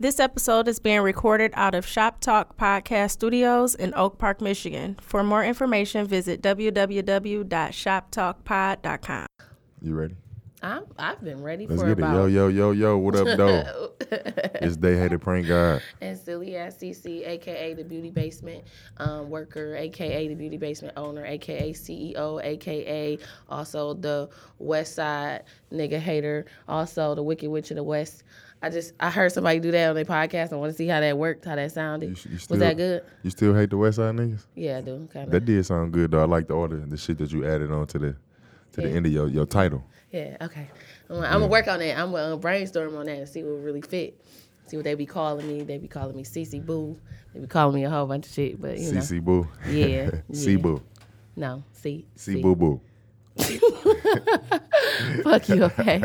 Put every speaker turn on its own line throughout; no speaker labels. This episode is being recorded out of Shop Talk Podcast Studios in Oak Park, Michigan. For more information, visit www.shoptalkpod.com.
You ready?
I'm, I've been ready
Let's
for
get it. Yo,
about.
yo, yo, yo. What up, though? it's They Hated Prank God.
and Silly Ass CC, aka the Beauty Basement um, worker, aka the Beauty Basement owner, aka CEO, aka also the West Side nigga hater, also the Wicked Witch of the West. I just I heard somebody do that on their podcast. I want to see how that worked, how that sounded.
You s- you still-
Was that good?
You still hate the West Side niggas?
Yeah, I do kind
That
of.
did sound good, though. I like the order, the shit that you added on to the to the
Yeah.
end of your, your title.
Yeah, okay. I'm, gonna- I'm gonna work on that. I'm gonna uh, brainstorm on that and see what really fit. See what they be calling me. They be calling me CC Boo. They be calling me a whole bunch of shit, but you know.
CC Boo.
Yeah,
C
yeah.
Boo.
No, see,
C Boo Boo.
Fuck you, okay?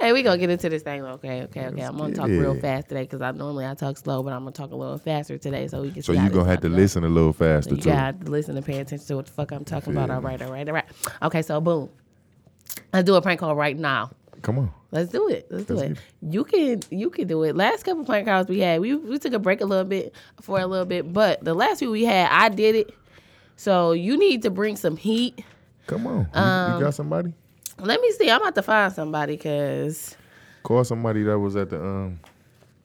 hey, we gonna get into this thing, okay? Okay, okay. I'm gonna
get
talk real
it.
fast today because I normally I talk slow, but I'm gonna talk a little faster today so we can.
So
see how
you
this
going to have to
goes.
listen a little faster,
You
too.
gotta listen and pay attention to what the fuck I'm talking about. All right, all right, all right. Okay, so boom, let's do a prank call right now.
Come on.
Let's do it. Let's do
Let's
it. You can you can do it. Last couple prank calls we had, we we took a break a little bit for a little bit, but the last few we had, I did it. So you need to bring some heat.
Come on. You-
Um,
you, got somebody?
Let me see. I'm about to find somebody because
Call somebody that was at the, um,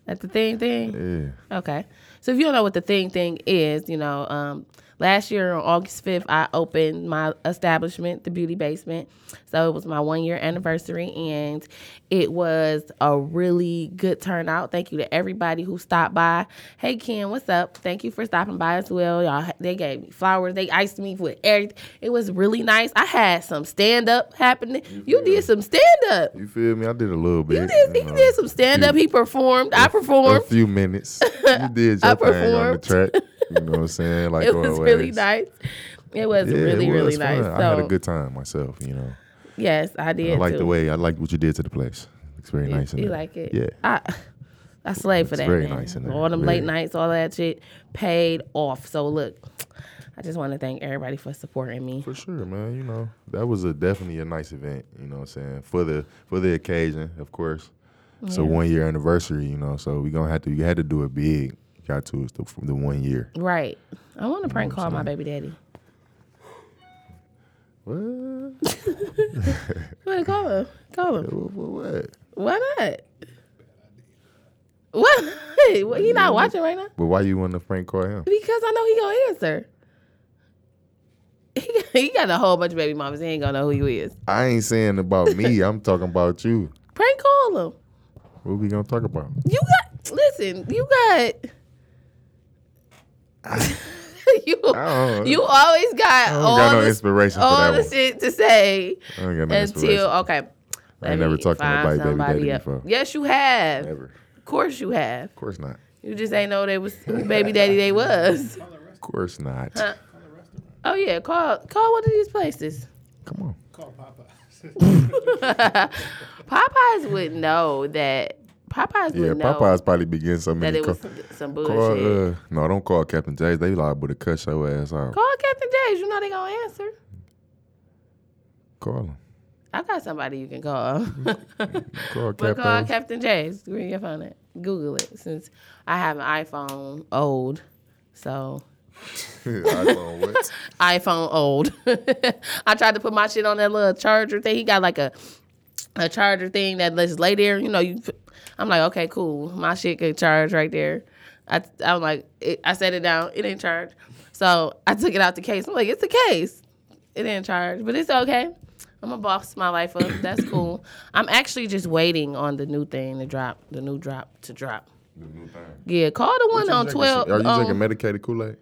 at the thing thing.
yeah.
Okay. So if you don't know what the thing thing is, you know, um, last year on August 5th, I opened my establishment, the Beauty Basement. So it was my one year anniversary and it was a really good turnout. Thank you to everybody who stopped by. Hey, Ken, what's up? Thank you for stopping by as well. Y'all, they gave me flowers. They iced me with everything. It was really nice. I had some stand up happening. You did some stand up.
You feel me? I did a little bit.
You did, he
know,
did some stand up. He performed. I
A
performed.
few minutes. You did
I
your thing on the
performed.
track. You know what I'm saying? Like
it was really
always.
nice. It was
Yeah, it
really, really
was
nice.
fun.
So,
I had a good time myself, you know.
yes, I did.
I like
too.
the way I like what you did to the place. It's very nice. in
you
there.
like it.
Yeah.
I, I slaved for
It's
that.
very
man.
nice in there.
All them
Very.
late nights, all that shit paid off. So look, I just want to thank everybody for supporting me.
For sure, man. You know, that was a definitely a nice event. You know what I'm saying? For the for the occasion, of course. So one year anniversary, you know. So we gonna have to. You had to do it big. Got to it's the, the one year.
Right. I want to prank call my baby daddy.
What?
Go ahead, call him. Call him.
What? what, what?
Why not? What? Well, he not watching right now
But why you want to prank call him?
because I know he gonna answer. He got, he got a whole bunch of baby mamas. He ain't gonna know who you is.
I ain't saying about me. I'm talking about you.
Prank call him.
What we gonna talk about?
You got listen. You got you.
don't know.
You always got
don't
all
got no
the,
inspiration for
all
that
the
one.
shit to say
I ain't got no inspiration.
until okay.
I ain't never talked to nobody baby daddy before.
Yes, you have.
Never.
Of course, you have.
Of course not.
You just ain't know they was who baby daddy they was.
Of course not.
Oh yeah, call call one of these places.
Come on.
Popeyes would know that. Popeyes
Yeah,
would know
Popeye's probably be getting so
that
many
it was
calls.
some
Call, uh,
bullshit.
no, don't call Captain J's. They liable to cut your ass out.
call Captain J's. You know they gonna answer.
Call him.
I got somebody you can call.
Call
but call
Captain.
Captain J's. Where your phone at? Google it since I have an iPhone old. So
iPhone what?
iPhone old. I tried to put my shit on that little charger thing. He got like a a charger thing that lets lay there. You know, you. put- I'm like, okay, cool. My shit could charge right there. I I'm like, it, I set it down. It didn't charge. So I took it out the case. I'm like, it's a case. It didn't charge, but it's okay. I'm a boss my life up. That's cool. I'm actually just waiting on the new thing to drop. The new drop to drop. Yeah, call the one on twelve. um,
Are you
on-
drinking medicated Kool Aid?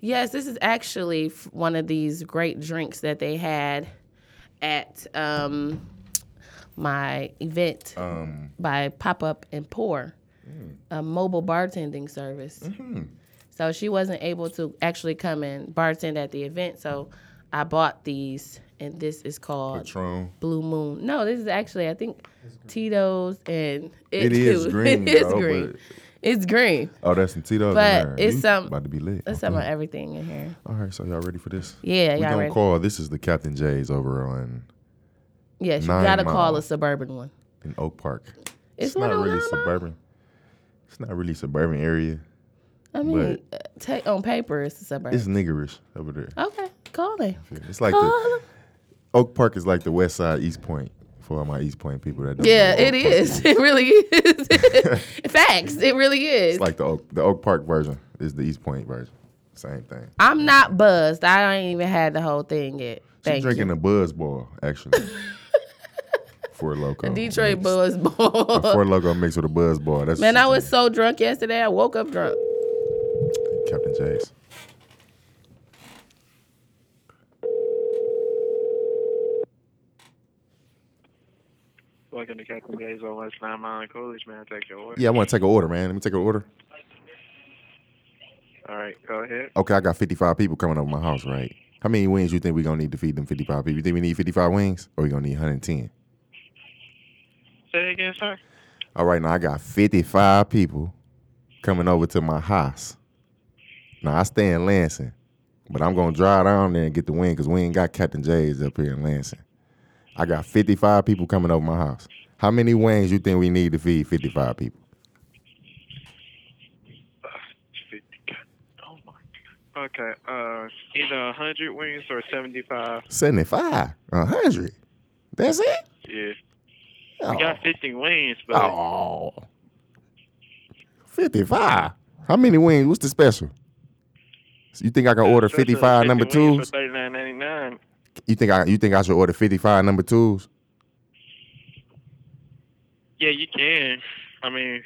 Yes, this is actually f- one of these great drinks that they had at um, my event
Um.
by Pop Up and Pour, a mobile bartending service.
Mm-hmm.
So she wasn't able to actually come and bartend at the event, so I bought these, and this is called
Patron.
Blue Moon. No, this is actually I think Tito's, and
It is
too.
green,
it is
though,
green.
but-
It's green.
Oh, that's some Tito's. in
But
there.
it's,
You
um,
about to be lit.
Let's talk about everything in here.
All right, so y'all ready for this?
Yeah,
We
y'all
gonna
ready?
call. This is the Captain J's over on
Yes, you
Nine
gotta call
Mile.
a suburban one.
in Oak Park.
It's, oh
It's not really
suburban.
suburban. It's not really suburban area.
I mean, uh ta- on paper, it's a suburb.
It's niggerish over there.
okay, call it.
It's like the Oak Park is like the West Side East Point for all my East Point people that don't.
Yeah,
know Oak
it
Park.
is. It really is. Facts. It really is.
It's like the Oak, the Oak Park version is the East Point version. Same thing.
I'm not buzzed. I ain't even had the whole thing yet.
She's
Thank you.
drinking a Buzz Ball actually for a loco.
Detroit
Mix-
Buzz Bowl.
For a loco mixed with a Buzz Ball. That's
Man,
what
I
she
was
drinking.
so drunk yesterday. I woke up drunk.
Captain J's.
Welcome to Captain Days on West Nine Mile and Coolidge, man. Take your order.
Yeah, I want to take an order, man. Let me take an order.
All right, go ahead.
Okay, I got 55 people coming over my house, right? How many wings you think we gonna need to feed them 55 people? You think we need 55 wings or we gonna need 110?
Say it again, sir.
All right, now I got 55 people coming over to my house. Now I stay in Lansing, but I'm gonna drive down there and get the wing because we ain't got Captain J's up here in Lansing. I got 55 people coming over my house. How many wings you think we need to feed 55 people?
Ugh, 50. Oh my God. Okay, uh, either 100 wings or 75.
75, 100. That's it?
Yeah.
Oh,
We got 50 wings, but
oh. 55. How many wings? What's the special? You think I can order 55 number twos?
For 39.99.
You think I you think I should order fifty five number twos?
Yeah, you can. I mean,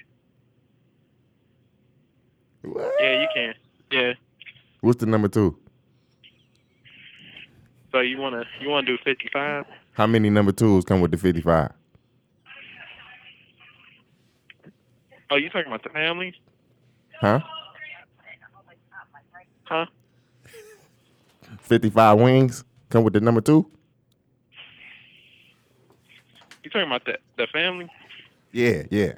What?
yeah, you can. Yeah.
What's the number two?
So you wanna you wanna do 55?
How many number twos come with the fifty five?
Oh, you talking about the family?
Huh?
Huh?
Fifty five wings come with the number two?
You talking about the the family?
Yeah, yeah.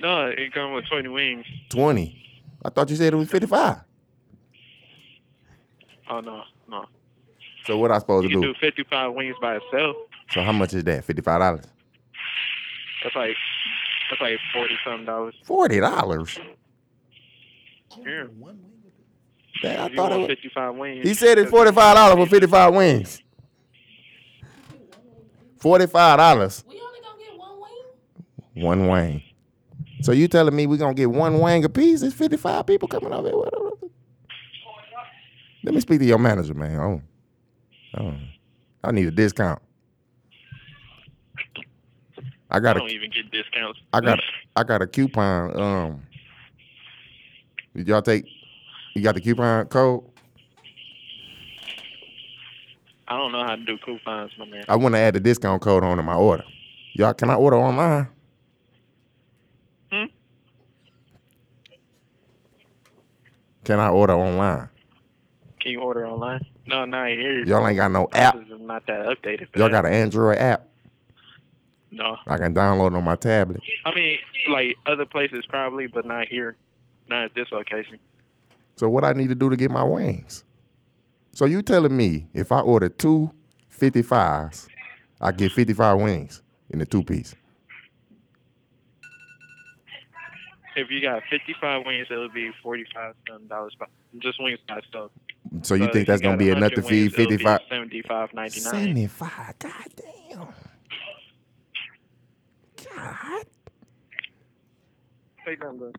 No, it come with 20 wings.
Twenty. I thought you said it was fifty five.
Oh no, no.
So what I supposed
You
to
can
do?
do 55 wings by itself.
So how much is that? Fifty five dollars.
That's like that's like forty something dollars.
Forty dollars.
Yeah.
I
If
Oh, thought
you
it
want
was.
fifty five wings.
He said it's forty five dollars for fifty five wings. Forty five dollars.
We only gonna get one wing.
One wing. So you telling me we gonna get one wing apiece? It's fifty five people coming over. here. What- what- what- Let me speak to your manager, man. Oh, oh, I need a discount. I
I
got
don't
a,
even get discounts.
I got, a, I got a coupon. Um, did y'all take? You got the coupon code?
I don't know how to do coupons, my man.
I want to add the discount code on to my order. Y'all, can I order online?
Hmm?
Can I order online?
Can you order online? No, not here.
Y'all ain't got no app.
This is not that updated. for
Y'all
that.
got an Android app
no.
I can download on my tablet.
I mean, like other places probably, but not here. Not at this location.
So what I need to do to get my wings? So you telling me if I order two 55s, I get 55 wings in a two-piece.
If you got fifty five wings, it'll be forty five something dollars. by- Just wings by itself.
So you
But
think
if
that's
you
going to
got
be enough
100
to feed
wings, it'll be
55?
75.99.
75. God damn. God.
Take them, bro.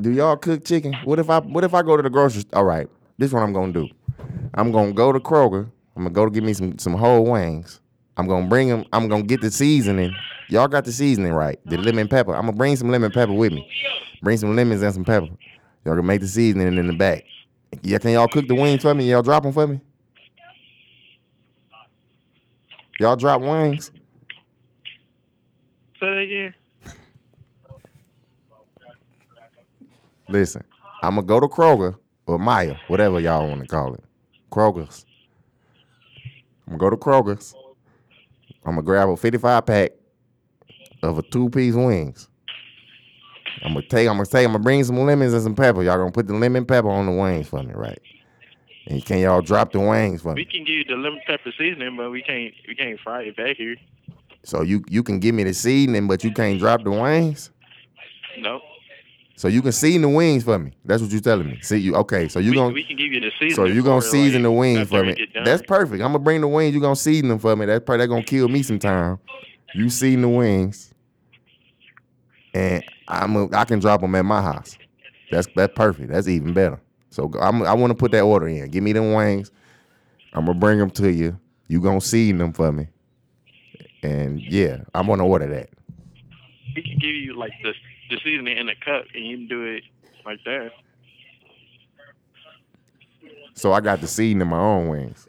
Do y'all cook chicken? What if I what if I go to the grocery store? All right. This is what I'm gonna do. I'm gonna go to Kroger. I'm gonna go to get me some some whole wings. I'm gonna bring them. I'm gonna get the seasoning. Y'all got the seasoning right. The lemon pepper. I'm gonna bring some lemon pepper with me. Bring some lemons and some pepper. Y'all can make the seasoning in the back. Yeah, can y'all cook the wings for me? Y'all drop them for me. Y'all drop wings.
Say that again.
Listen, I'm gonna go to Kroger or Maya, whatever y'all want to call it. Kroger's. I'm gonna go to Kroger's. I'm gonna grab a 55 pack of a two piece wings. I'm gonna take. I'm gonna take. I'm gonna bring some lemons and some pepper. Y'all gonna put the lemon pepper on the wings for me, right? And can y'all drop the wings for
We
me?
can give you the lemon pepper seasoning, but we can't we can't fry it back here.
So you you can give me the seasoning, but you can't drop the wings.
Nope.
So you can season the wings for me. That's what you're telling me. See you okay? So you
we,
gonna
we can give you the season.
so you gonna season the wings for
for
me. That's perfect. I'm gonna bring the wings. You gonna season them for me. That's probably that gonna kill me sometime. You season the wings, and I'm a, I can drop them at my house. That's that's perfect. That's even better. So I'm, I want to put that order in. Give me them wings. I'm gonna bring them to you. You gonna season them for me, and yeah, I'm gonna order that.
we can give you like the the seasoning in a cup, and you can do it like that.
So I got the season in my own wings.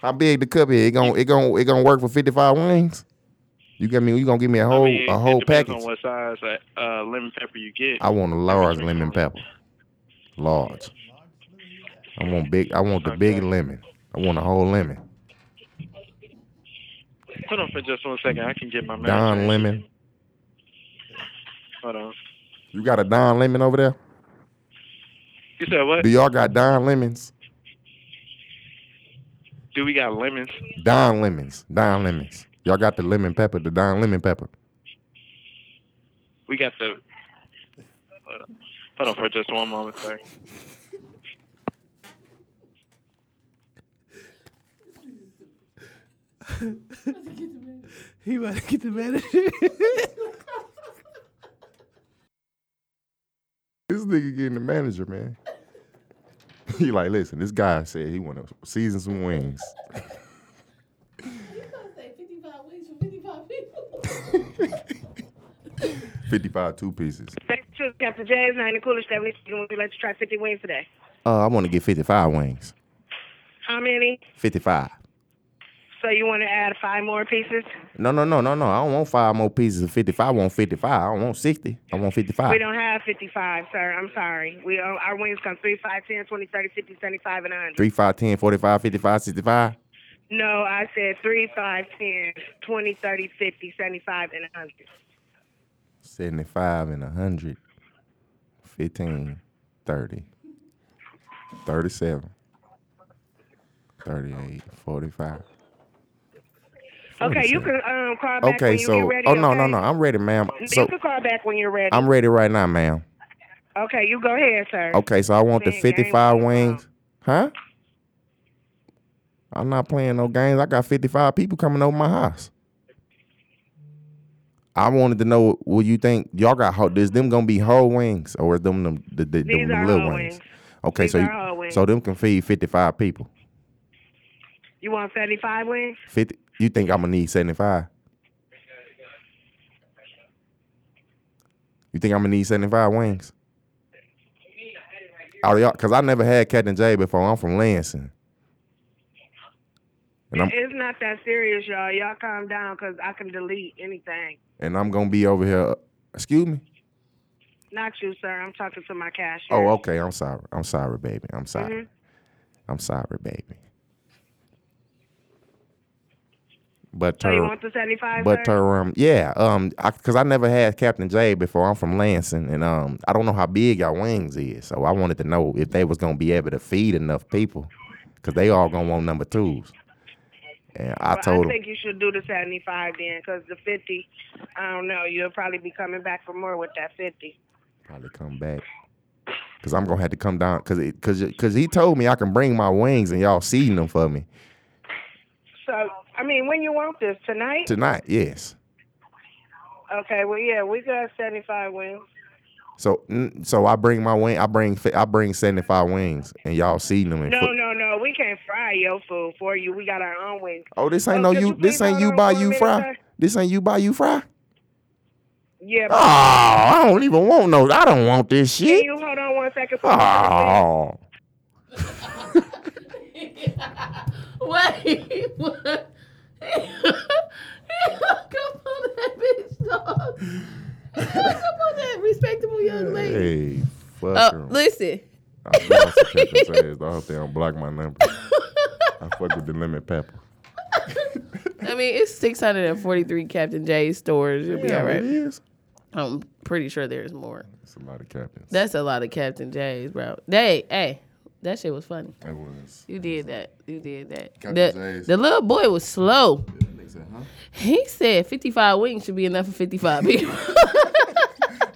How big the cup is? It gon' it gon' it gonna work for fifty five wings? You got me? You gonna give me a whole
I mean,
a whole
it depends
package?
on what size uh, uh, lemon pepper you get.
I want a large lemon pepper. Large. I want big. I want the big lemon. I want a whole lemon.
Hold on for just one second. I can get my manager.
Don lemon.
Hold on.
You got a Don lemon over there?
You said what?
Do y'all got Don lemons?
Do we got lemons?
Don lemons. Don lemons. Y'all got the lemon pepper. The Don lemon pepper.
We got the. Hold on. Hold on for just one moment, sir.
He about to get the manager.
This nigga getting the manager, man. He like, listen, this guy said he want to season some wings. Fifty five two pieces.
Thanks to Captain James, not in the coolest that we can. We let you try 50 wings today.
Oh, I want to get fifty five wings.
How many?
Fifty five.
So you want to add five more pieces?
No, no, no, no, no. I don't want five more pieces of fifty five. I want fifty five. I don't want sixty. I want fifty
We
five.
don't have 55, sir. I'm sorry. We are, Our wings come 3, 5, 10, 20, 30, 50, 75, and 100.
Three, five, ten, forty five, fifty five, sixty five.
No, I said 3, 5, 10, 20, 30, 50, 75, and 100.
75 and 100, 15, 30, 37, 38, 45.
Okay, you can um, call back
Okay,
when you
so,
get ready.
oh, no, no,
okay?
no. I'm ready, ma'am. So,
you can call back when you're ready.
I'm Oh. ready right now, ma'am.
okay, you go ahead, sir.
Okay, so I want the
Playing games
55
with your
wings. Huh? I'm not playing no games. I got 55 people coming over my house. I wanted to know, what you think y'all got? Whole, is them gonna be whole wings or is them them the, the,
These
them,
are
little
whole
wings?
wings.
Okay,
These
so
are whole
you,
wings.
so them can feed 55 people.
You want 75 wings?
50. You think I'm gonna need 75? You think I'm gonna need 75 wings? Out of y'all, cause I never had Captain J before. I'm from Lansing. And I'm
It's not that serious, y'all. Y'all calm down because I can delete anything.
and I'm gonna be over here. Excuse me.
Not you, sir. I'm talking to my cashier.
Oh, okay. I'm sorry. I'm sorry, baby. I'm sorry. I'm sorry, baby. But
So you
her-
want the 75,
But
sir?
her, um, yeah, um, I, cause I never had Captain J before. I'm from Lansing, and um, I don't know how big y'all wings is, so I wanted to know if they was gonna be able to feed enough people, cause they all gonna want number twos. And I
Well,
told
I
him,
think you should do the 75 then because the 50, I don't know. You'll probably be coming back for more with that 50.
probably come back, cause I'm gonna have to come down, cause it, cause, cause he told me I can bring my wings and y'all season them for me
So, I mean, when you want this? Tonight?
tonight. Yes.
okay, well, yeah, we got 75 wings.
So, mm, so I bring my wing. I bring, fi- I bring seventy five wings, and y'all season them. And
No,
fo-
no, no. We can't fry your food for you. We got our own wings.
Oh, this ain't no
Oh, could
you.
you
This
please
ain't
hold
you
on
buy
for a
you
minute,
fry.
sir?
This ain't you buy you fry.
Yeah.
Oh,
but
I don't even want no. I don't want this
Can
shit.
you hold on one second? For me?
Oh,
Wait, what? Come on, that bitch, dog. Come on, that respectable young lady.
hey, fuck
Uh,
'em.
listen.
I lost the pepper taste. I hope they don't block my number. I fuck with the lemon pepper.
I mean, it's 643 Captain J stores. You'll be all
It
right.
is.
I'm pretty sure there's more.
It's a lot of captains.
That's a lot of Captain J's, bro. They, hey, that shit was funny.
That was.
You did that. You did that.
Captain
The,
J's.
the little boy was slow.
He said, huh?
He said 55 wings should be enough for 55 people.
He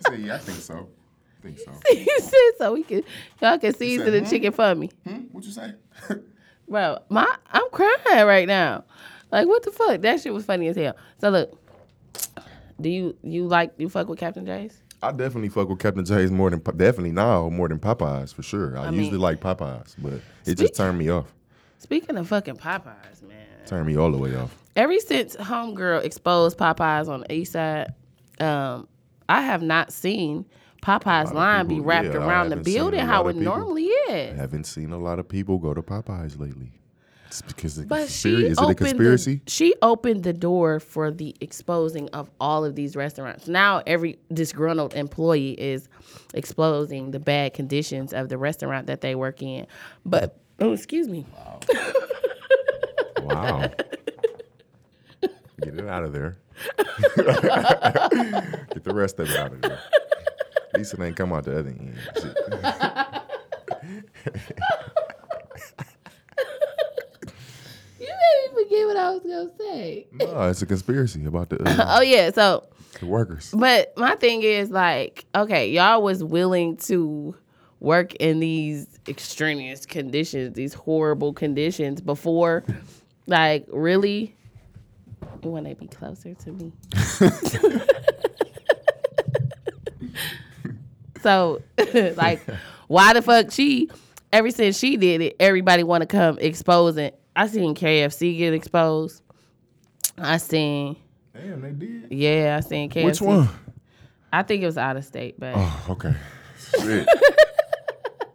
said, yeah, I think so. I think so.
he said so we can y'all can season
said,
the
"Hmm?"
chicken for me.
Hmm? What you say?
Bro, my I'm crying right now. Like what the fuck? That shit was funny as hell. So look, do you you like you fuck with Captain J's?
I definitely fuck with Captain J's more than Pa- definitely now more than Popeyes for sure. I, usually like Popeyes, but it just turned me off.
Speaking of fucking Popeyes, man.
Turned me all the way off.
Ever since Homegirl exposed Popeyes on the east side, um, I have not seen Popeyes line be
people-
wrapped
yeah, I
around the
haven't seen
building
a
how
lot
it
of people.
normally
I
is.
haven't seen a lot of people go to Popeyes lately. It's because the
But
conspiracy.
she
Is it a
opened
conspiracy?
The, she opened the door for the exposing of all of these restaurants. Now every disgruntled employee is exposing the bad conditions of the restaurant that they work in. But oh, excuse me.
wow. Get it out of there. Get the rest of it out of there. At least it ain't come out the other end. Shit.
You didn't even get what I was gonna say.
No, it's a conspiracy about the, uh,
Oh yeah, so
the workers.
But my thing is like, okay, y'all was willing to work in these extraneous conditions, these horrible conditions before. like, really? You want to be closer to me? so, like, why the fuck she? Ever since she did it, everybody want to come exposing. I seen KFC get exposed. I seen,
Damn, they did.
yeah, I seen KFC.
Which one?
I think it was out of state, but
Oh, okay. Shit.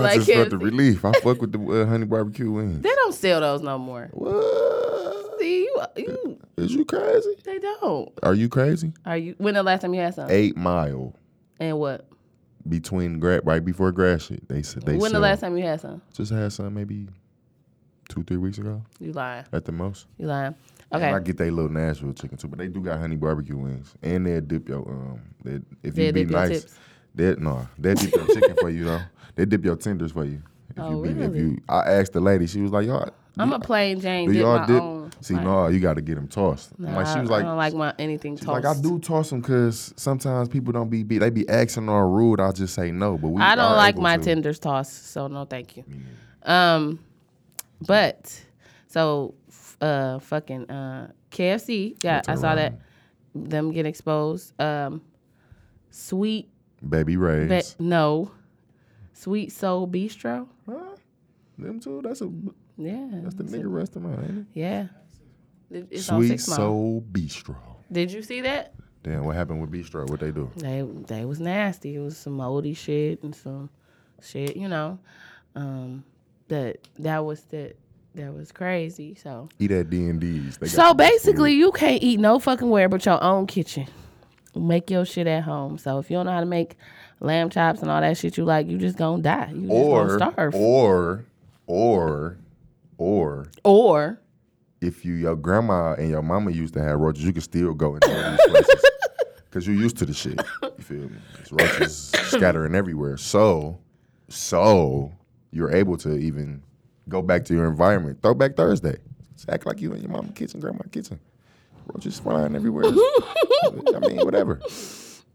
Oh, I
like
just felt
KFC.
the relief. I fuck with the uh, honey barbecue wings.
they don't sell those no more.
What?
See, you, you,
Is you crazy?
they don't.
Are you crazy?
Are you? When the last time you had some?
Eight mile
And what?
between gra- right before grass shit. They said they
When the
sell-
last time you had some?
just had some maybe two three weeks ago
You lying?
at the most.
You lying?
And I
Okay.
get they little Nashville chicken too, but they do got honey barbecue wings, and they'll dip your um, they, if
They'll
you be
dip your
nice,
tips.
they no, they dip your chicken for you though. They dip your tenders for you. If
Oh,
you be, If
really?
you, I asked the lady, she was like, y'all,
I'm a plain Jane.
do
dip
y'all
my
dip?
own.
See,
like,
no, you got to get them tossed. I'm
nah,
like, she was
I don't like my anything
She's
toast.
Like I do toss them because sometimes people don't be, be they be asking or rude. I just say no, but we.
I don't
are
like
able
my
to.
tenders tossed, so no, thank you. Um, but so f- uh, fucking uh, KFC. Yeah, I saw that them get exposed. Um, sweet
Baby Ray's.
Be- no. Sweet Soul Bistro.
Huh? Them too. That's a
Yeah.
that's the nigga restaurant. Ain't
Yeah. It-
it?
It's on
Sweet
Six Mile.
Soul Bistro.
Did you see that?
Damn, what happened with Bistro? What they do?
They they was nasty. It was some moldy shit and some shit, you know. Um that that was the that was crazy. So
Eat at D and D's. They got
So
the best
basically you can't eat no fucking where but your own kitchen. Make your shit at home. So if you don't know how to make lamb chops and all that shit you like, you just gonna die. You just
food. or
gonna starve.
or or or
or
if you your grandma and your mama used to have roaches, you could still go into all these places because you're used to the shit. You feel me? There's roaches scattering everywhere. So, so you're able to even go back to your environment. Throw back Thursday. Just act like you in your mama kitchen, grandma kitchen. Roaches flying everywhere. I mean, whatever.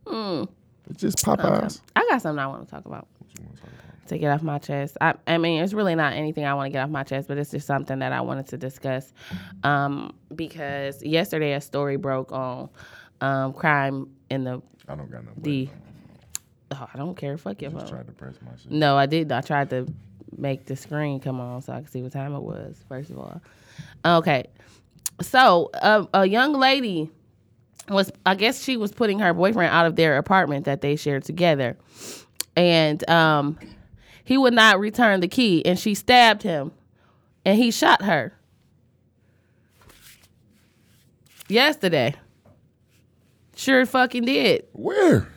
Mm.
It's just Popeyes.
I got something I want to talk about. To get off my chest. I, I mean, it's really not anything I want to get off my chest, but it's just something that I wanted to discuss. Um, because yesterday a story broke on um, crime in the
I don't got no.
D. Oh, I don't care. Fuck your phone.
Tried to press my shit.
No, I did. I tried to make the screen come on so I could see what time it was. First of all, okay. So um, a young lady was, I guess she was putting her boyfriend out of their apartment that they shared together, and um, he would not return the key, and she stabbed him, and he shot her. Yesterday, sure fucking did.
Where?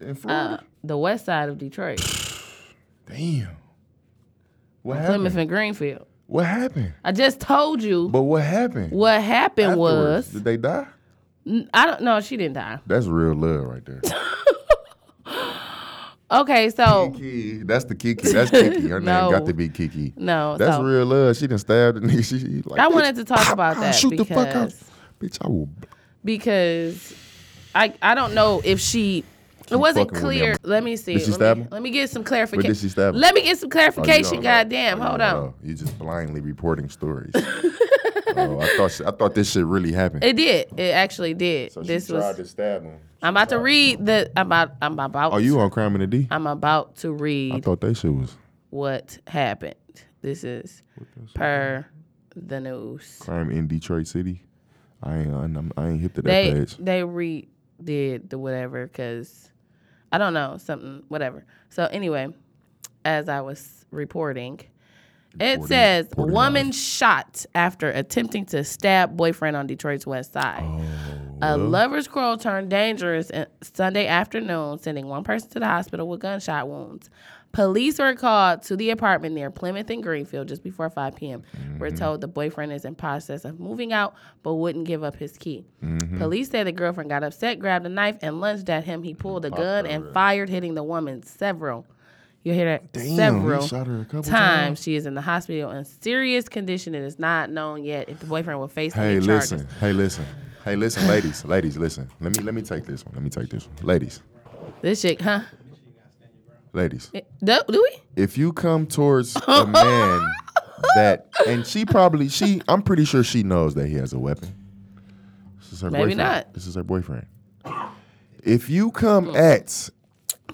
Uh,
In Florida.
The west side of Detroit,
Damn. What
Plymouth
happened?
and Greenfield.
What happened?
I just told you
But what happened?
what happened
afterwards?
was
Did they die?
I don't know. She didn't die.
That's real love right there.
Okay, so
Kiki, that's the Kiki. That's Kiki. Her
No.
name got to be Kiki.
no,
That's
so
real love. She done stabbed the nigga. She, she like,
I
"Bitch,
wanted to talk about that
shoot
because
the fuck out, bitch. I will.
because I I don't know if she it wasn't
fucking with me.
clear. Let me see.
Did she
let,
stab
me,
him?
let me get some
But did she
clarification.
stab him?
Let me get some
Oh, you don't
clarification.
know.
Goddamn,
Oh, you
hold
don't
on.
know. You just blindly reporting stories. oh, I thought she, I thought this shit really happened.
It did. It actually did.
so
this
she
was.
tried to stab him.
I'm about to read the. I'm about. I'm about.
Oh, you on crime and the D?
I'm about to
I
read
thought that shit was
what happened. This is per the news.
crime in Detroit City. I ain't I'm, I ain't hip to that
they
page.
they redid the whatever because I don't know something whatever. So anyway, as I was reporting, it
Reporting-
says
reporting
woman
live.
shot after attempting to stab boyfriend on Detroit's west side.
Oh,
A lover's quarrel turned dangerous in- Sunday afternoon, sending one person to the hospital with gunshot wounds. Police were called to the apartment near Plymouth and Greenfield just before 5 p.m. We're
Mm-hmm.
told the boyfriend is in process of moving out, but wouldn't give up his key.
Mm-hmm.
Police say the girlfriend got upset, grabbed a knife, and lunged at him. He pulled a gun and fired, hitting the woman several. You hear that?
Damn,
several
he shot her a couple Mm-hmm.
times. She is in the hospital in serious condition. It is not known yet if the boyfriend will face
Hey,
any charges.
listen. Hey, listen. Hey, listen, ladies, ladies, listen. Let me let me take this one. Let me take this one, ladies,
This shit, huh?
ladies.
Do, do we?
if you come towards a man that and she probably she I'm pretty sure she knows that he has a weapon. This is her
Maybe
boyfriend.
not. Mm.
This is her boyfriend. If you come at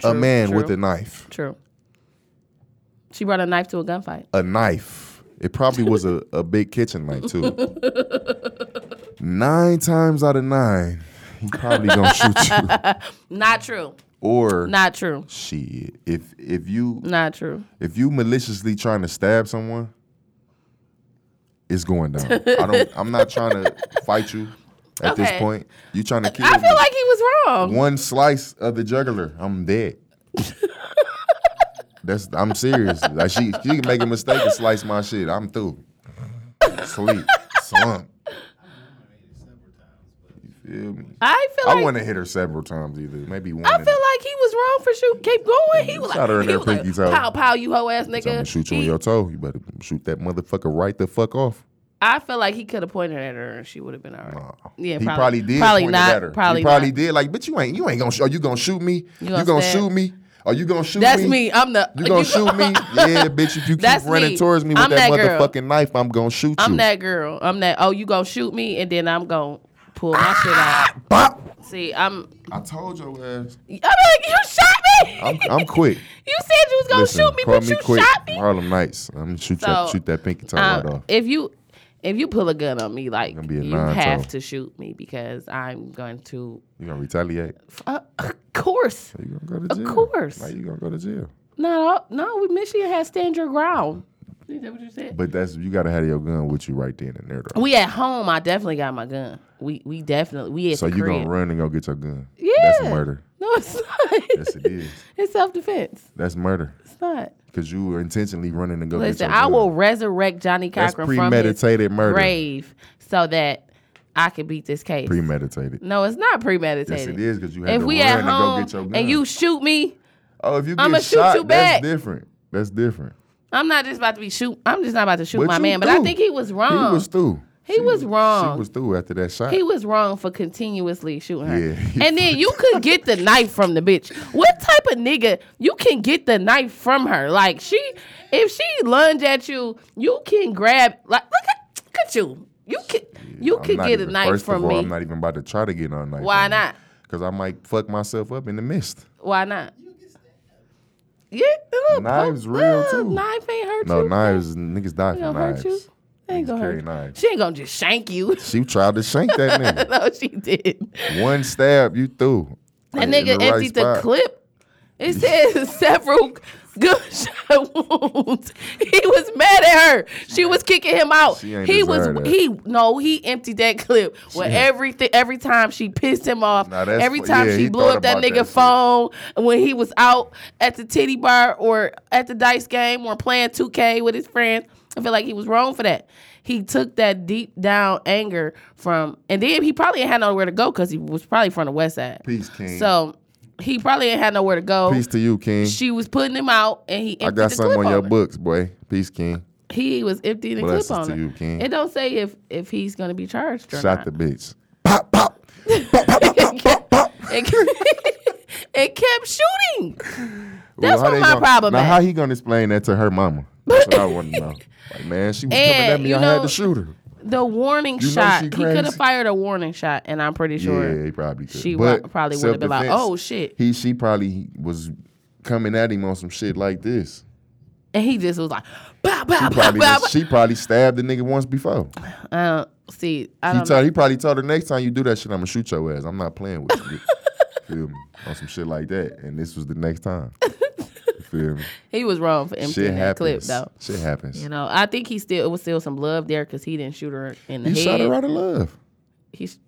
a man
true.
with a knife,
True. She brought a knife to a gunfight.
a knife, it probably was a, a big kitchen knife too. nine times out of nine, he probably gonna shoot you.
Not true.
Or
Not true.
shit. If if you
Not true.
if you maliciously trying to stab someone, it's going down. I don't. I'm not trying to fight you at
Okay.
this point. You trying to kill
I feel
me.
like he was wrong.
one slice of the juggler, I'm dead. That's I'm serious. Like she she can make a mistake and slice my shit. I'm through. Sleep, slump. You feel me?
I feel
I
like
want to hit her several times either. Maybe one.
I
and-
feel like he was wrong for shoot. Keep going. He was
Shot
like,
her in
he
her
was like
pinky toe.
pow pow, you hoe ass
I'm gonna
nigga.
shoot you on
He-
your toe. You better shoot that motherfucker right the fuck off.
I feel like he could have pointed at her and she would have been all right. Yeah,
he probably,
probably-
did.
probably
point it
not-
At her.
probably
he probably
not.
did. Like, bitch, you ain't. You ain't gonna. Sh- are you gonna shoot me? You
gonna
gonna,
stab-
shoot me? Are you gonna shoot
That's
me?
me. I'm the.
You gonna shoot me? Yeah, bitch. If you
That's
keep running
me.
towards me with
I'm
that,
that girl.
motherfucking knife, I'm gonna shoot
I'm
you.
that girl. I'm that. Oh, you gonna shoot me and then I'm gonna pull my shit out.
Ah, Bop.
See, I'm.
I told your ass.
I'm like, you shot me.
I'm, I'm quick.
you said you was gonna
Listen,
shoot me,
call
but
me
you
quick.
shot me.
Harlem Nights. I'm gonna shoot
So,
that, shoot that pinky toe
Um,
right off.
if you if you pull a gun on me, like
Gonna be a
you
nine
have
toe.
to shoot me because I'm going to.
You gonna retaliate?
Uh, of course,
You gonna go to jail?
course.
Like, you gonna go to jail?
no, no. We Michigan has stand your ground. Is that what you said?
But that's you gotta have your gun with you right then and there. Though.
We at home. I definitely got my gun. We we definitely we at
So
the
you
crib.
gonna run and go get your gun?
Yeah.
That's murder.
No, it's not.
Yes, it is.
It's self defense.
That's murder.
It's not.
Because you were intentionally running to go get
Listen,
your
I
gun.
will resurrect Johnny
That's
Cochran from his
premeditated murder.
grave so that I can beat this case.
Premeditated.
no, it's not premeditated.
Yes, it is because you had
If
to
we
run
at
and go
home
get your gun.
and you shoot me,
oh, if you get
I'ma shoot
shot,
you back.
that's different. That's different.
I'm not just about to be shoot. I'm just not about to shoot
But
my
you
man. But I
threw.
think he was
He
wrong.
was through.
Uh, He was wrong.
She was through after that shot.
He was wrong for continuously shooting her.
Yeah, he
and then you could get the knife from the bitch. What type of nigga you can get the knife from her? Like she, if she lunge at you, you can grab. Like look at, look at you. You can you
I'm
could
not
get
even-
a knife
first of
from
all,
me.
I'm not even about to try to get no knife.
Why not?
Because I might fuck myself up in the mist.
Why not? Yeah, the little
Knives
poke-
real,
uh,
too.
Knife ain't hurt
No,
you.
knives. Niggas die
Ain't
from
gonna
knives.
hurt you. Ain't gonna
carry
hurt. you.
knives.
She ain't gonna just shank you.
She tried to shank that nigga.
no, she did.
One stab, you through.
That
Like, in
nigga
the right
emptied the
spot.
clip. It says several gunshot wounds. He was mad at her. She was kicking him out.
She ain't
He was
deserve that.
he no, he emptied that clip with everything every time she pissed him off.
Nah, that's
every
fu-
time
yeah,
she
he
blew
thought
up that
about that
nigga
shit.
phone when he was out at the titty bar or at the dice game or playing 2K with his friends. I feel like he was wrong for that. He took that deep down anger from and then he probably had nowhere to go because he was probably from the west side.
Peace, King.
So He probably ain't had nowhere to go.
Peace to you, King.
She was putting him out, and he
I
emptied
got
the
something
clip
on your
her.
books, boy. Peace, King.
He was emptying the
Blessings
clip on
to
her.
you, King.
It don't say if if he's gonna be charged or
Shot
not.
the bitch. Pop, pop. Pop, pop, pop, pop, pop, pop.
it, kept, it kept shooting.
Well,
That's
how
what
they
my
gonna-
problem
Now,
is.
how he gonna explain that to her mama? That's what I want to know. Like, man, she was coming
And,
at me.
you
I had
know-
to shoot her.
The warning
You know
shot.
she
He could have
crazy.
fired a warning shot, and I'm pretty sure.
Yeah, he probably could.
She
But
wa- probably would have been like,
self-defense,
"Oh, shit."
He, she probably was coming at him on some shit like this.
And he just was like, "Bow, bow,
He
bow,
probably,
bow."
was- she probably stabbed the nigga once before.
I don't see. I
He
don't.
told, he probably told her next time you do that shit, I'm gonna shoot your ass. I'm not playing with you. feel me? On some shit like that, and this was the next time. You feel me?
He was wrong for emptying
Shit
that clip
happens.
though.
Shit happens.
You know, I think he still it was still some love there because he didn't shoot her in the
You
head.
shot her out of love.
He's-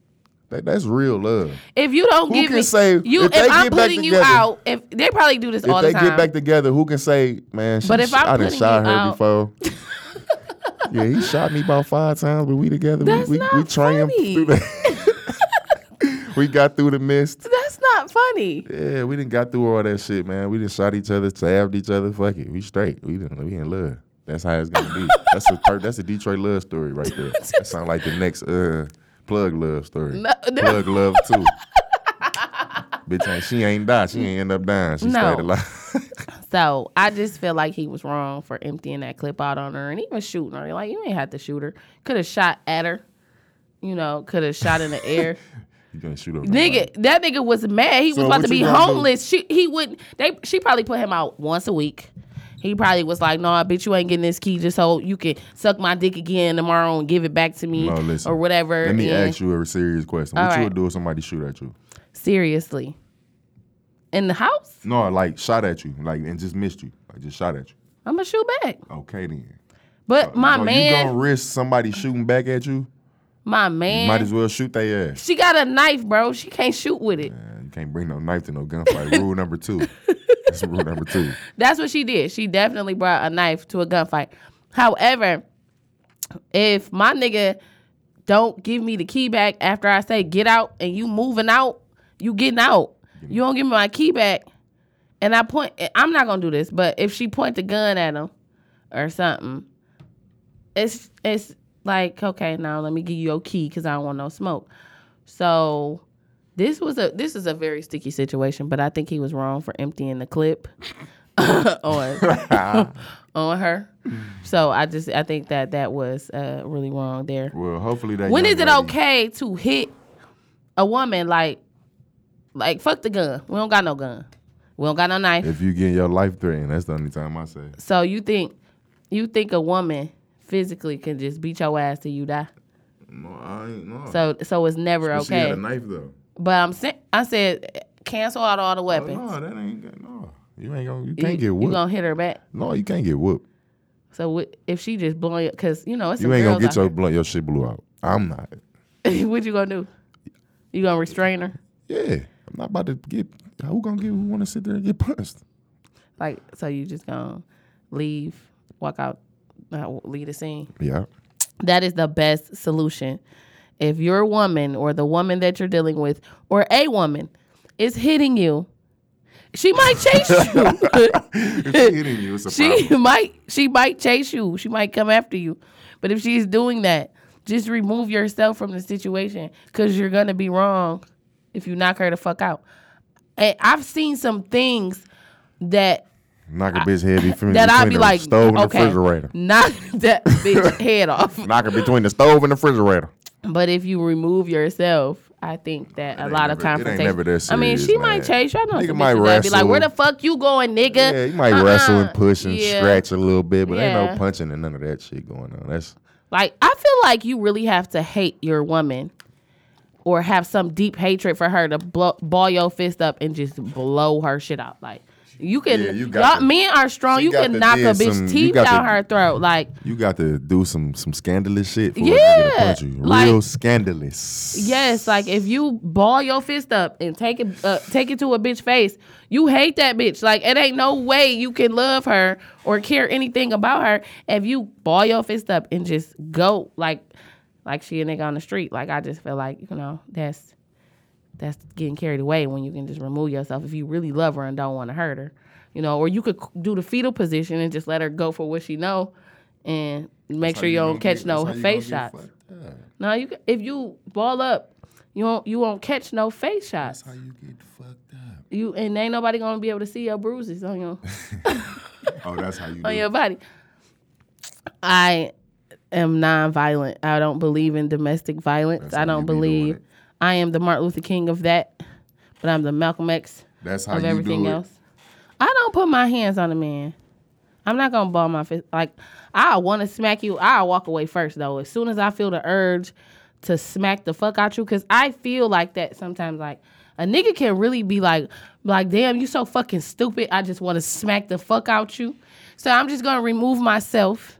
That, that's real love.
if you don't
Who
give
can
me,
say-
you
if
if,
they
I'm
get back
putting you
together-
out, if they probably do this all
if
the
they
time.
get back together, who can say, man, she,
But if I'm
I done
putting
shot
you
her
out-
before? yeah, he shot me about five times, but we together.
That's
we we, we
not
triumphed
funny.
through that. we got through the mist.
That's not funny.
Yeah, we didn't got through all that shit, man. We didn't shot each other, stabbed each other. Fuck it, we straight. We didn't. We in love. That's how it's gonna be. That's a per- that's a Detroit love story right there. That sound like the next uh plug love story.
No, no.
Plug love too. Bitch, ain't, she ain't die. She ain't end up dying. She
No.
stayed alive.
So I just feel like he was wrong for emptying that clip out on her and even shooting her. Like you ain't have to shoot her. Could have shot at her. You know, could have shot in the air.
You gonna shoot up?
Nigga, that nigga was mad. He was
So
about
what
to be
you gonna do?
homeless. She he wouldn't. They she probably put him out once a week. He probably was like, "No, nah, bitch, you ain't getting this key just so you can suck my dick again tomorrow and give it back to me
No, listen.
or whatever."
Let me
And
ask you a serious question.
All
what you
right.
would do if somebody shoot at you?
seriously in the house.
No, like shot at you, like and just missed you, like just shot at you.
I'm gonna shoot back,
Okay then.
but my
So Uh, you
man,
gonna risk somebody shooting back at you?
my
You
man,
might as well shoot their ass.
she got a knife, bro. She can't shoot with it.
Man, you can't bring no knife to no gunfight. rule number two. That's rule number two.
That's what she did. She definitely brought a knife to a gunfight. However, if my nigga don't give me the key back after I say get out and you moving out, you getting out. You don't give me my key back, and I point. I'm not gonna do this, but if she point the gun at him or something, it's it's like okay, now let me give you your key because I don't want no smoke. So this was a this is a very sticky situation, but I think he was wrong for emptying the clip on on her. So I just I think that that was uh, really wrong there.
Well, hopefully that.
When
young
is it
lady-
okay to hit a woman like like fuck the gun? We don't got no gun. We don't got no knife.
If you get your life threatened, that's the only time I say.
So you think you think a woman physically can just beat your ass till you die?
No, I ain't. No.
So so it's never
She had
okay.
a knife though.
But I'm saying I said cancel out all the weapons.
Oh, No, that ain't. good. No, you ain't gonna. You
You-
can't get
you
whooped.
gonna hit her back.
no, you can't get whooped.
So wh- if she just blowing, because you know it's
You
some
ain't gonna
girls
get your
out
blood, your shit blew out. I'm not.
here. what you gonna do? You gonna restrain her?
Yeah, I'm not about to get. Who gonna get? Who want to sit there and get punched?
Like so you just gonna leave, walk out, not leave the scene?
Yeah.
That is the best solution. If your woman or the woman that you're dealing with or a woman is hitting you, she might chase
If
you.
she hitting you, it's a
she might she might chase you. She might come after you. But if she's doing that, just remove yourself from the situation cuz you're going to be wrong if you knock her the fuck out. And I've seen some things that
Knock a bitch head between,
that I'd
between
be
the
like
stove and
okay,
the refrigerator.
knock that bitch head off.
Knock it between the stove and the refrigerator.
But if you remove yourself, I think that a
ain't
lot of
never- it ain't
confrontation.
never that
I mean,
serious,
she
man.
might chase you. I know
Nigga
some
might
bitches that be like,
wrestle.
"Where the fuck you going, nigga?"
Yeah, you might
Uh-uh.
wrestle and push and
Yeah.
scratch a little bit, but ain't
Yeah.
no punching and none of that shit going on. That's
Like, I feel like you really have to hate your woman, or have some deep hatred for her to blow, ball your fist up and just blow her shit out. Like, you can.
Yeah, you got
y'all-
to-
men are strong.
she
You
got
can
to
knock a
did
bitch
some- you
teeth
got to-
down her throat. Like,
you got to do some some scandalous shit for a nigga to
Yeah,
punch you. Real
like-
scandalous.
Yes, like if you ball your fist up and take it, uh, take it to a bitch face, you hate that bitch. Like it ain't no way you can love her or care anything about her if you ball your fist up and just go like, like she a nigga on the street. Like I just feel like you know that's that's getting carried away when you can just remove yourself if you really love her and don't want to hurt her, you know. Or you could c- do the fetal position and just let her go for what she know, and make sure you don't catch no face shots. No, you c- if you ball up, you won't you won't catch no face shots.
How you get fucked up?
You and ain't nobody gonna be able to see your bruises on your
Oh, that's how you.
on
do
your
it.
body. I am non-violent. I don't believe in domestic violence.
That's
I
how
don't
you be doing
believe.
it.
I am the Martin Luther King of that, but I'm the Malcolm X
That's how
of
you
everything
do it.
else. I don't put my hands on a man. I'm not gonna ball my fist. Like I want to smack you. I walk away first though. As soon as I feel the urge to smack the fuck out you, cause I feel like that sometimes. Like a nigga can really be like, like damn, you so fucking stupid. I just want to smack the fuck out you. So I'm just gonna remove myself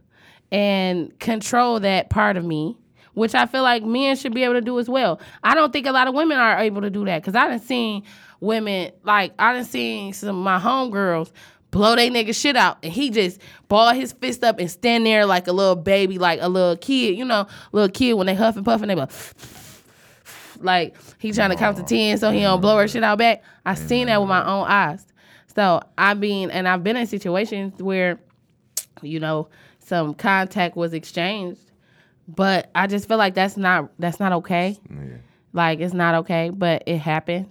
and control that part of me, which I feel like men should be able to do as well. I don't think a lot of women are able to do that because I done seen women like I done seen some of my homegirls blow they nigga shit out and he just ball his fist up and stand there like a little baby, like a little kid, you know, little kid when they huff and puff and they go like he trying to count to ten so he don't blow her shit out back. I seen that with my own eyes. So I mean, and I've been in situations where you know some contact was exchanged but i just feel like that's not that's not okay
Yeah.
like it's not okay but it happens,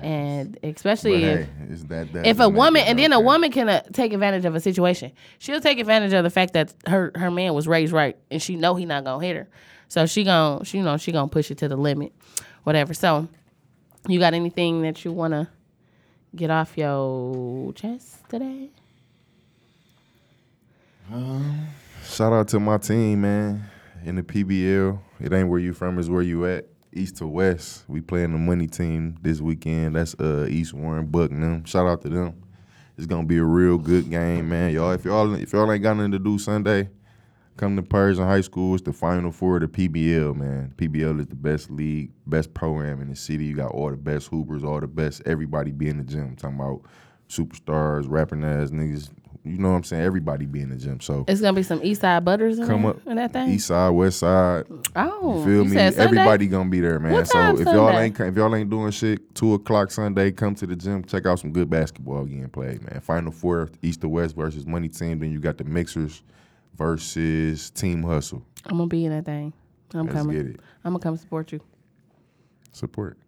and
But
especially if,
hey, it's that, that
if a
that make
woman
it
and then a
okay.
woman can uh, take advantage of a situation she'll take advantage of the fact that her her man was raised right and she know he not gonna hit her so she gon' she you know she gonna push it to the limit whatever so you got anything that you wanna get off your chest today
Shout out to my team, man. In the PBL, it ain't where you from, it's where you at. East to West, we playing the money team this weekend. That's uh East Warren Buck and them. Shout out to them. It's gonna be a real good game, man. Y'all, if y'all if y'all ain't got nothing to do Sunday, come to Persian High School. It's the final four of the PBL, man. PBL is the best league, best program in the city. You got all the best hoopers, all the best. Everybody be in the gym. talking about superstars, rapping ass niggas. You know what I'm saying? Everybody be in the gym. So
It's gonna be some East Side Butters in,
come
there-
up
in that thing.
east side west side
oh,
you feel me
said Sunday?
everybody gonna be there man
What
so
time
if y'all
Sunday?
ain't if y'all ain't doing shit two o'clock sunday come to the gym check out some good basketball getting played man final four east to west versus money team then you got the mixers versus team hustle
I'm gonna be in that thing. I'm
let's
coming.
get it
I'm gonna come support you.
support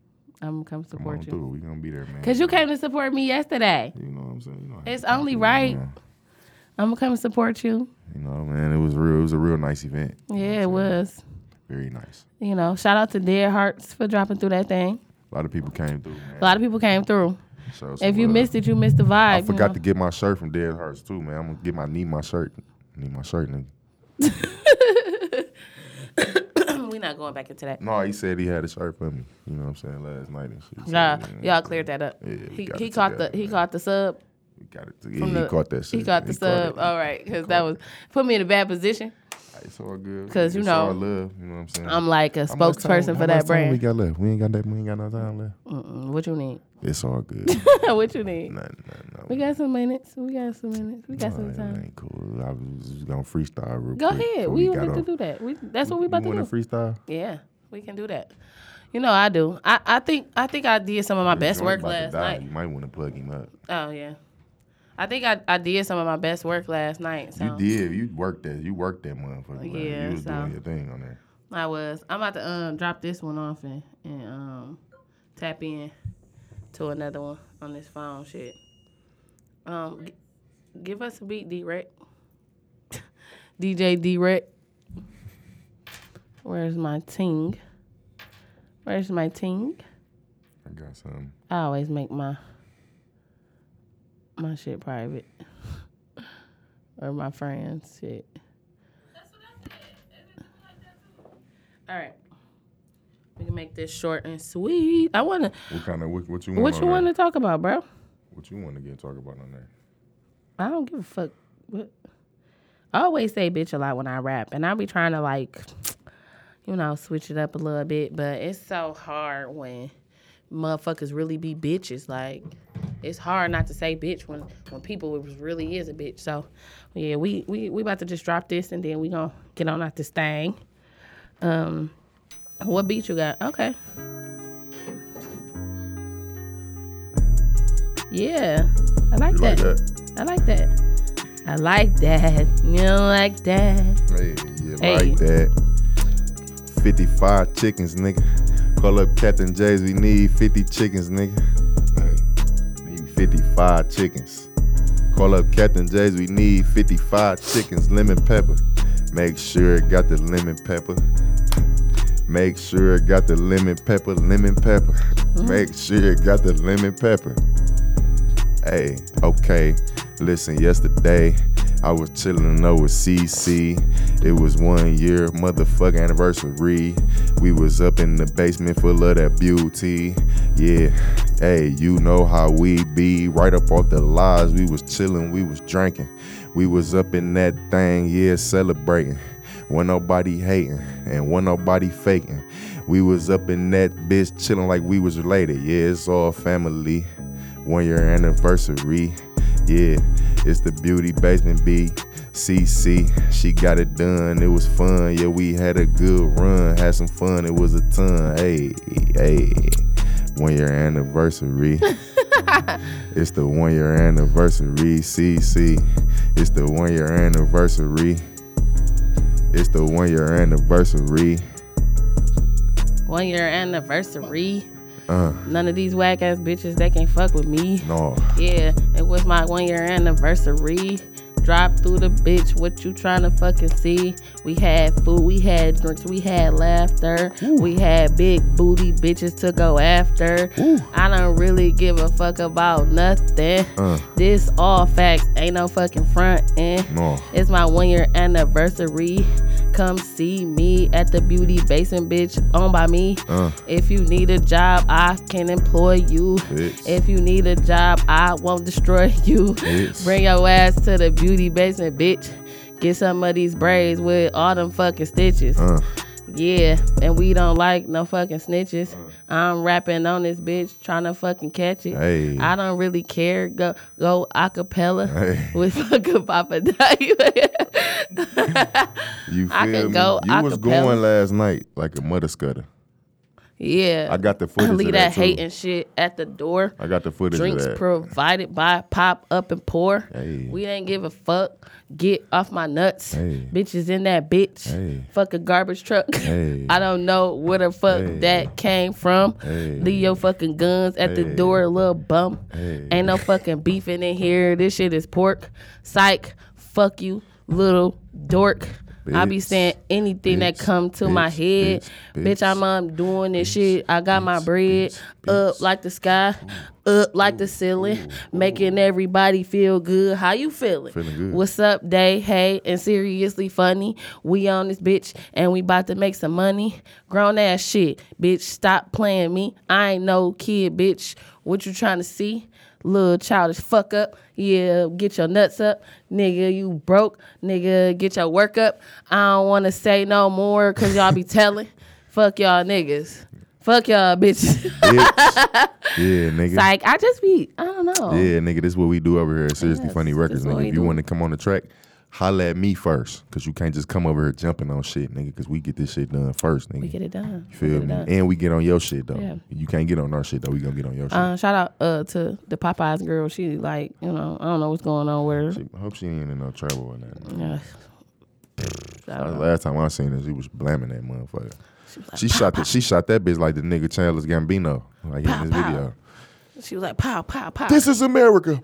I'm gonna
come
come
on
support you.
through we gonna be there man
Cause you came to support me yesterday.
you know what i'm saying you know how
It's
it is,
only
man.
right. I'm gonna come support you.
you know man it was real it was a real nice event
Yeah, it was.
very nice
You know, shout out to Dead Hearts for dropping through that thing.
a lot of people came through man.
A lot of people came through.
Show some
If you
love.
missed it, you missed the vibe.
I forgot to get my shirt from Dead Hearts too, man. I'm gonna get my need my shirt. Need my shirt, nigga.
to. We're not going back into that.
No, he said he had a shirt for me. You know what I'm saying? Last night and shit. So,
Nah,
yeah,
y'all cleared that up.
Yeah, we
he
got
he
it
caught the
together,
he
man.
caught the sub.
He got it. Yeah,
from
he caught that shit.
He caught the sub.
it.
uh, All right, because that was put me in a bad position.
It's all good.
'Cause you
It's
know,
all love. You know what I'm saying?
I'm like a
How much time-
spokesperson
how
for
much
that
time
brand.
We got left. We ain't got that. We ain't got no time left.
Mm-mm, what you need?
It's all good. nah,
what you need?
nah, nah.
We got some minutes. We got some minutes. We got
Nah,
some
that
time.
Ain't cool. I was just gonna freestyle real
Go
quick.
ahead.
before
We
got
want to
on.
do that. We that's what we about
You
to
want
do.
to freestyle?
yeah, we can do that. You know I do. I, I think I think I did some of my best
Joint
work
about to
last
die.
night.
You might want to plug him up.
Oh yeah, I think I, I did some of my best work last night. So
You did. You worked that. You worked that motherfucker. man.
Yeah,
you was
so-
doing your thing on there.
I was. I'm about to um drop this one off and and um tap in to another one on this phone shit. Um, g- give us a beat, D Rec. DJ D Rec. Where's my ting? Where's my ting?
I got some.
I always make my my shit private or my friends shit. All right, we can make this short and sweet. I wanna.
What kind of what, what you want?
What
on
you
there?
wanna talk about, bro?
What you want to get talk about on there?
I don't give a fuck. What? I always say bitch a lot when I rap, and I be trying to like, you know, switch it up a little bit, but it's so hard when motherfuckers really be bitches. Like, it's hard not to say bitch when when people was- really is a bitch. So, yeah, we we we about to just drop this, and then we gonna get on out this thing. Um, what beat you got? Okay. Yeah, I like
You
that.
like that?
I like that. I like that. You don't like that.
Hey, you
Hey.
like that? Fifty-five chickens, nigga. Call up Captain J's. We need fifty chickens, nigga. Hey, need fifty-five chickens. Call up Captain J's. We need fifty-five chickens. Lemon pepper. Make sure it got the lemon pepper. Make sure it got the lemon pepper. Lemon pepper. Make sure it got the lemon pepper. Hey, okay. Listen, yesterday I was chilling over CC. It was one year motherfucking anniversary. We was up in the basement full of that beauty. Yeah, hey, you know how we be. Right up off the lies, we was chilling, we was drinking. We was up in that thing, yeah, celebrating. When nobody hating and when nobody faking. We was up in that bitch chilling like we was related. Yeah, it's all family one year anniversary. Yeah, it's the beauty basement B. CC, she got it done. It was fun. Yeah, we had a good run. Had some fun. It was a ton. Hey, hey. One year anniversary. it's the one year anniversary. CC, it's the one year anniversary. It's the one year anniversary.
One year anniversary.
Uh,
None of these whack ass bitches they can fuck with me.
no.
Yeah, it was my one year anniversary. Drop through the bitch, what you trying to fucking see? We had food, we had drinks, we had laughter. We had big booty bitches to go after. I don't really give a fuck about nothing.
Uh.
This all facts, ain't no fucking front end.
No.
It's my one year anniversary. Come see me at the beauty basin, bitch, owned by me.
Uh.
If you need a job, I can employ you.
Bitch.
If you need a job, I won't destroy you.
Bitch.
Bring your ass to the beauty basement, bitch. Get some of these braids with all them fucking stitches.
Uh,
Yeah, and we don't like no fucking snitches. I'm rapping on this bitch, trying to fucking catch it.
Uh. Hey.
I don't really care. Go go acapella
Hey.
with fucking Papa Dave.
you feel
I can
me?
go
you was
acapella.
going last night like a mother scutter.
yeah,
I got the footage.
leave
of
that,
that, too.
hate and shit at the door.
I got the footage
Drinks
of that.
provided by Pop Up and Pour.
Hey.
We ain't give a fuck. Get off my nuts.
Hey.
Bitches in that bitch.
Hey.
Fuck a garbage truck.
Hey.
I don't know where the fuck
Hey.
that came from.
Hey.
Leave your fucking guns at the
Hey.
door, little bump.
Hey.
Ain't no fucking beefing in here. This shit is pork. Psych. Fuck you, little dork. I be
Bitch.
saying anything that
Bitch.
come to my
Bitch.
head.
Bitch.
Bitch,
Bitch.
I'm I'm doing this shit. I got my bread up like the sky, up like the ceiling, making everybody feel good. How you feeling?
Feeling good.
What's up, day? Hey, and seriously funny. We on this bitch and we about to make some money. Grown ass shit, bitch. Stop playing me. I ain't no kid, bitch. What you trying to see? Little childish fuck up. Yeah, get your nuts up. Nigga, you broke. Nigga, get your work up. I don't wanna say no more cause y'all be telling. Fuck y'all niggas. Fuck y'all bitches.
Bitch. yeah, nigga.
like I just be I don't know.
Yeah, nigga. This what we do over here. at Seriously,
Yes,
funny
this
records,
what
nigga.
we
If you
do.
want to come on the track, holla at me first, cause you can't just come over here jumping on shit, nigga. Cause we get this shit done first, nigga.
We get it done.
You
We
feel
get it
me?
done.
And we get on your shit though.
Yeah.
You can't get on our shit though. We gonna get on your shit.
Um, shout out uh, to the Popeyes girl. She like, you know, I don't know what's going on with her.
She- I hope she ain't in no trouble or nothing.
Yeah. I don't know.
Last time I seen her, she was blaming that motherfucker. She shot that. She shot that bitch like the nigga Charles Gambino, like
Pow,
in this
pow.
video.
She was like, pow, pow, pow.
This is America.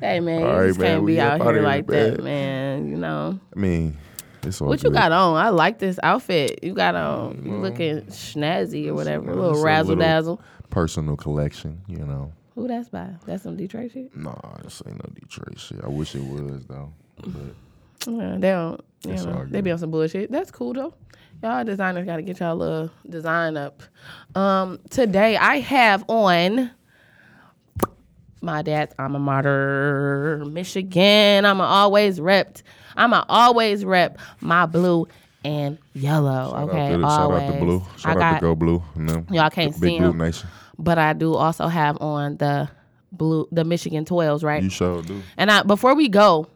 hey man, you
All right,
just
man,
can't
we
be
up
out
outta
here
here,
like that,
man.
man. You know.
I mean, it's all
What you
good. Mm-hmm.
got on? I like this outfit. You got on. You looking snazzy or whatever. A
It's
little razzle
little
dazzle.
Personal collection, you know.
Who that's by? That's some Detroit shit.
Nah, this ain't no Detroit shit. I wish it was though. But uh,
Yeah, they don't. You
It's all
know, they be
good.
on some bullshit. That's cool though. Y'all designers got to get y'all little design up. Um, today I have on my dad's alma mater, Michigan. I'ma always rep. I'ma always rep my blue and yellow.
shout, out
okay,
to, the- shout
always.
out to Blue. Shout
I
out
got,
to Go Blue. You know,
Y'all can't
the Big
see
Blue
'em.
Nation.
but I do also have on the blue, the Michigan twelves, right?
You sure do.
and I before we go,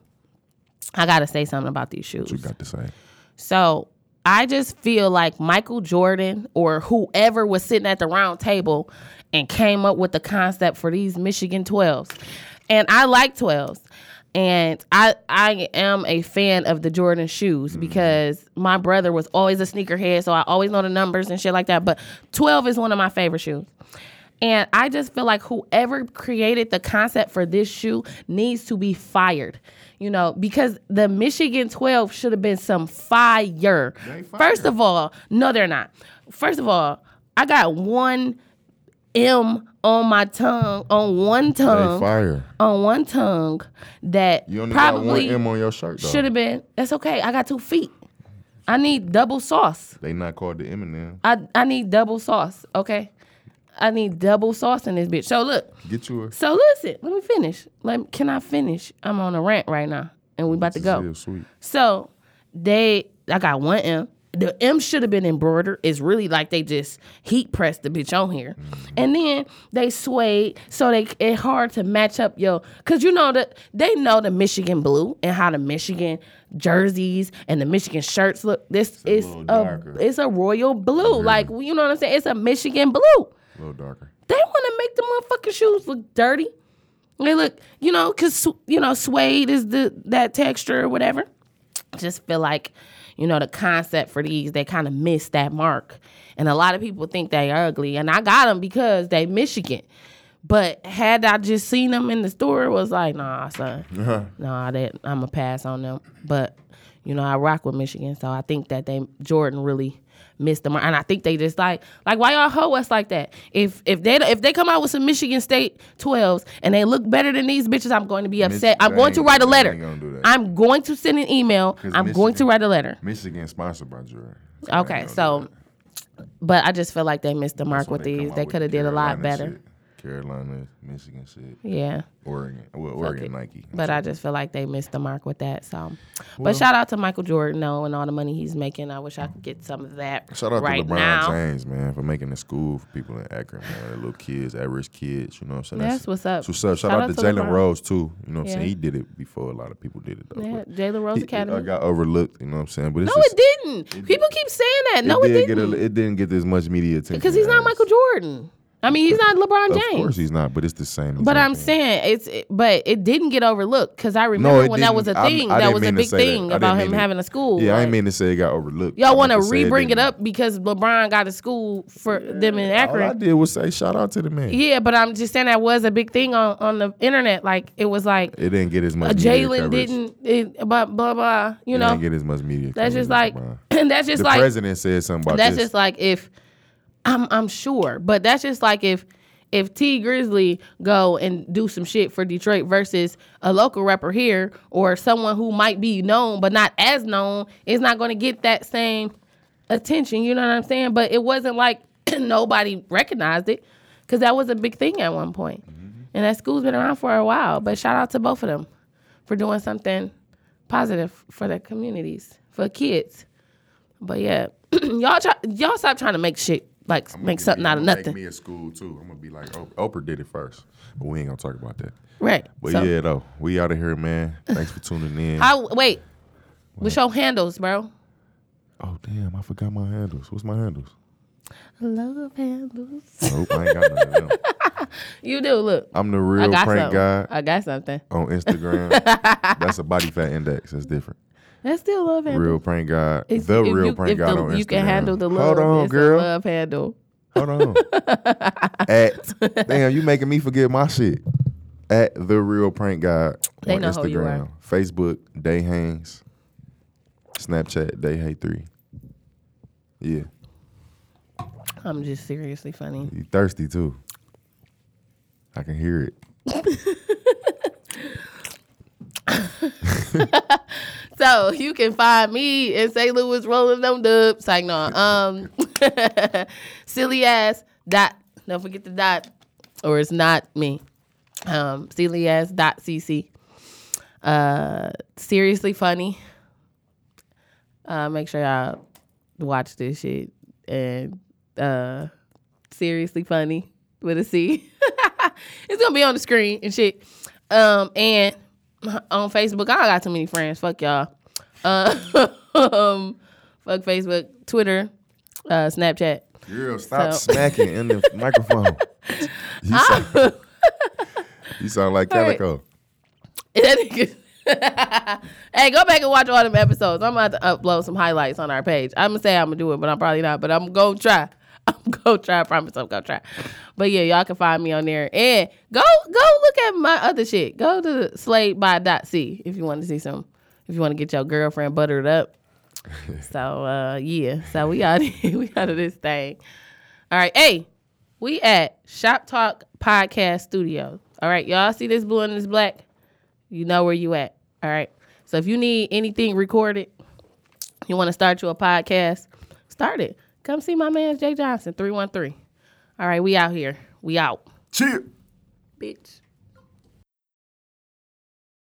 I gotta say something about these shoes.
You got to say.
So I just feel like Michael Jordan or whoever was sitting at the round table and came up with the concept for these Michigan 12s. And I like 12s. And I I am a fan of the Jordan shoes because my brother was always a sneakerhead, so I always know the numbers and shit like that. But 12 is one of my favorite shoes. And I just feel like whoever created the concept for this shoe needs to be fired. You know, because the Michigan 12 should have been some fire. First of all, no, they're not. First of all, I got one M on my tongue, on one
Hey,
tongue,
fire.
on one tongue that
You only
probably
got one M on your shirt though.
should have been. That's okay. I got two feet. I need double sauce.
They not called the Eminem.
I I need double sauce. Okay, I need double sauce in this bitch. So look,
Get you a
so listen. Let me finish. Let can I finish? I'm on a rant right now, and we about to go.
Still sweet.
So they, I got one M. The M should have been embroidered. It's really like they just heat pressed the bitch on here,
Mm-hmm.
and then they suede, so they it hard to match up yo. Cause you know that they know the Michigan blue and how the Michigan jerseys and the Michigan shirts look. This is
little
a,
darker. Mm-hmm.
it's a royal blue, like you know what I'm saying. It's a Michigan blue.
A little darker.
They want to make the motherfucking shoes look dirty. They look, you know, cause you know, suede is the that texture or whatever. Just feel like, you know, the concept for these they kind of missed that mark, and a lot of people think they ugly, and I got them because they Michigan. But had I just seen them in the store, it was like, nah, son,
Uh-huh.
nah, that I'm a pass on them. But you know, I rock with Michigan, so I think that they Jordan really missed the mark, and I think they just like, like why y'all hoe us like that? If if they if they come out with some Michigan State 12s and they look better than these bitches, I'm going to be upset. I'm
they
going to
ain't-
write a
they
letter.
ain't gonna do that.
I'm going to send an email. I'm
'Cause
going to
Michigan-
write a letter.
Michigan sponsored by Jordan.
Okay, so, but I just feel like they missed the mark with these. They could have did a lot better.
Carolina, Michigan shit,
Yeah.
Oregon. Well, Oregon
it.
Nike.
But uh, I just feel like they missed the mark with that. So, but shout out to Michael Jordan though, and all the money he's making. I wish I could get some of that
Shout out
right
to LeBron
now.
James, man, for making the school for people in Akron, man. Their little kids, at-risk kids. You know what I'm saying?
That's what's up.
that's what's up. Shout, out, to Jalen
LeBron.
Rose too. You know what I'm
Yeah.
saying? He did it before a lot of people did it though.
Yeah,
but
Jalen Rose
he-
Academy.
I got overlooked. You know what I'm saying? But it's
no,
just,
it didn't. People keep saying that. no, it,
did
didn't.
get a, it didn't get as much media attention
Because he's not
as-
Michael Jordan. I mean, he's not LeBron James.
Of course he's not, but it's the same.
But
exact
I'm
thing.
saying it's, it- but it didn't get overlooked because I remember
it
when that was a
didn't. I'm-
thing.
I
that
didn't
was a
mean to
big
say that.
thing
I didn't
about
mean
him
to-
having a school.
Yeah, I
Like,
ain't mean to say it got overlooked. I
Y'all want to
meant say
re-bring it
didn't.
up because LeBron got a school for them in
All I
Akron.
did was say shout out to the man.
Yeah, but I'm just saying that was a big thing on, on the internet. Like it was like
It didn't get as much. media
Uh, Jalen
coverage.
didn't, it, blah blah blah. You
It
know,
didn't get as much media. coverage
that's just
as
like
LeBron.
that's just
the
like
president said something about
that's
this.
just like if I'm I'm sure, but that's just like if if T Grizzly go and do some shit for Detroit versus a local rapper here or someone who might be known but not as known is not going to get that same attention. You know what I'm saying? But it wasn't like nobody recognized it because that was a big thing at one point,
Mm-hmm.
and that school's been around for a while. But shout out to both of them for doing something positive for the communities for kids. But yeah, y'all try, y'all stop trying to make shit like make something out of nothing,
Make me a school too. I'm gonna be like Oprah, Oprah did it first, but we ain't gonna talk about that.
right?
But
so,
yeah, though, we out of here, man. Thanks for tuning in.
how wait? What's your handles, bro?
oh damn, I forgot my handles. What's my handles?
Love handles.
Nope, I ain't got none of them.
You do look.
I'm the
I
real
got
prank
something.
guy
I got something.
on Instagram. That's a body fat index. That's different.
That's still love handles.
Real prank guy.
If-
the
if
real
you,
prank
if
guy
the-
on Instagram.
You can handle the love.
Hold on,
it's
girl.
A love handle.
Hold on. At damn, you making me forget my shit. At the real prank guy
They
on
know who you
Instagram, Facebook, Day Haynes, Snapchat, Day Hay Three. Yeah,
I'm just seriously funny.
you thirsty too. I can hear it.
So you can find me in St. Louis rolling them dubs. Like no, um, silly ass dot. Don't forget the dot, or it's not me. Um, silly ass dot cc. Uh, seriously funny. Uh, make sure y'all watch this shit and uh, seriously funny with a C. it's gonna be on the screen and shit. Um, and on Facebook, I don't got too many friends. Fuck y'all. Uh, um, Fuck Facebook, Twitter, uh, Snapchat.
Girl, stop
So-
smacking in the microphone. You sound,
Oh.
you sound like
Alright.
Calico.
That nigga- hey, go back and watch all them episodes. I'm about to upload some highlights on our page. I'm gonna say I'm gonna do it, but I'm probably not. But I'm gonna try. I'm gonna try. I promise I'm gonna try. But yeah, y'all can find me on there. And go go look at my other shit. Go to Slade by Dot C if you want to see some. If you want to get your girlfriend buttered up. so uh, yeah. So we out we out of this thing. All right. Hey, we at Shop Talk Podcast Studio. All right, y'all see this blue and this black? You know where you at. All right. So if you need anything recorded, you want to start you a podcast, start it. Come see my man Jay Johnson, 313. All right, we out here. We out.
Cheer.
Bitch.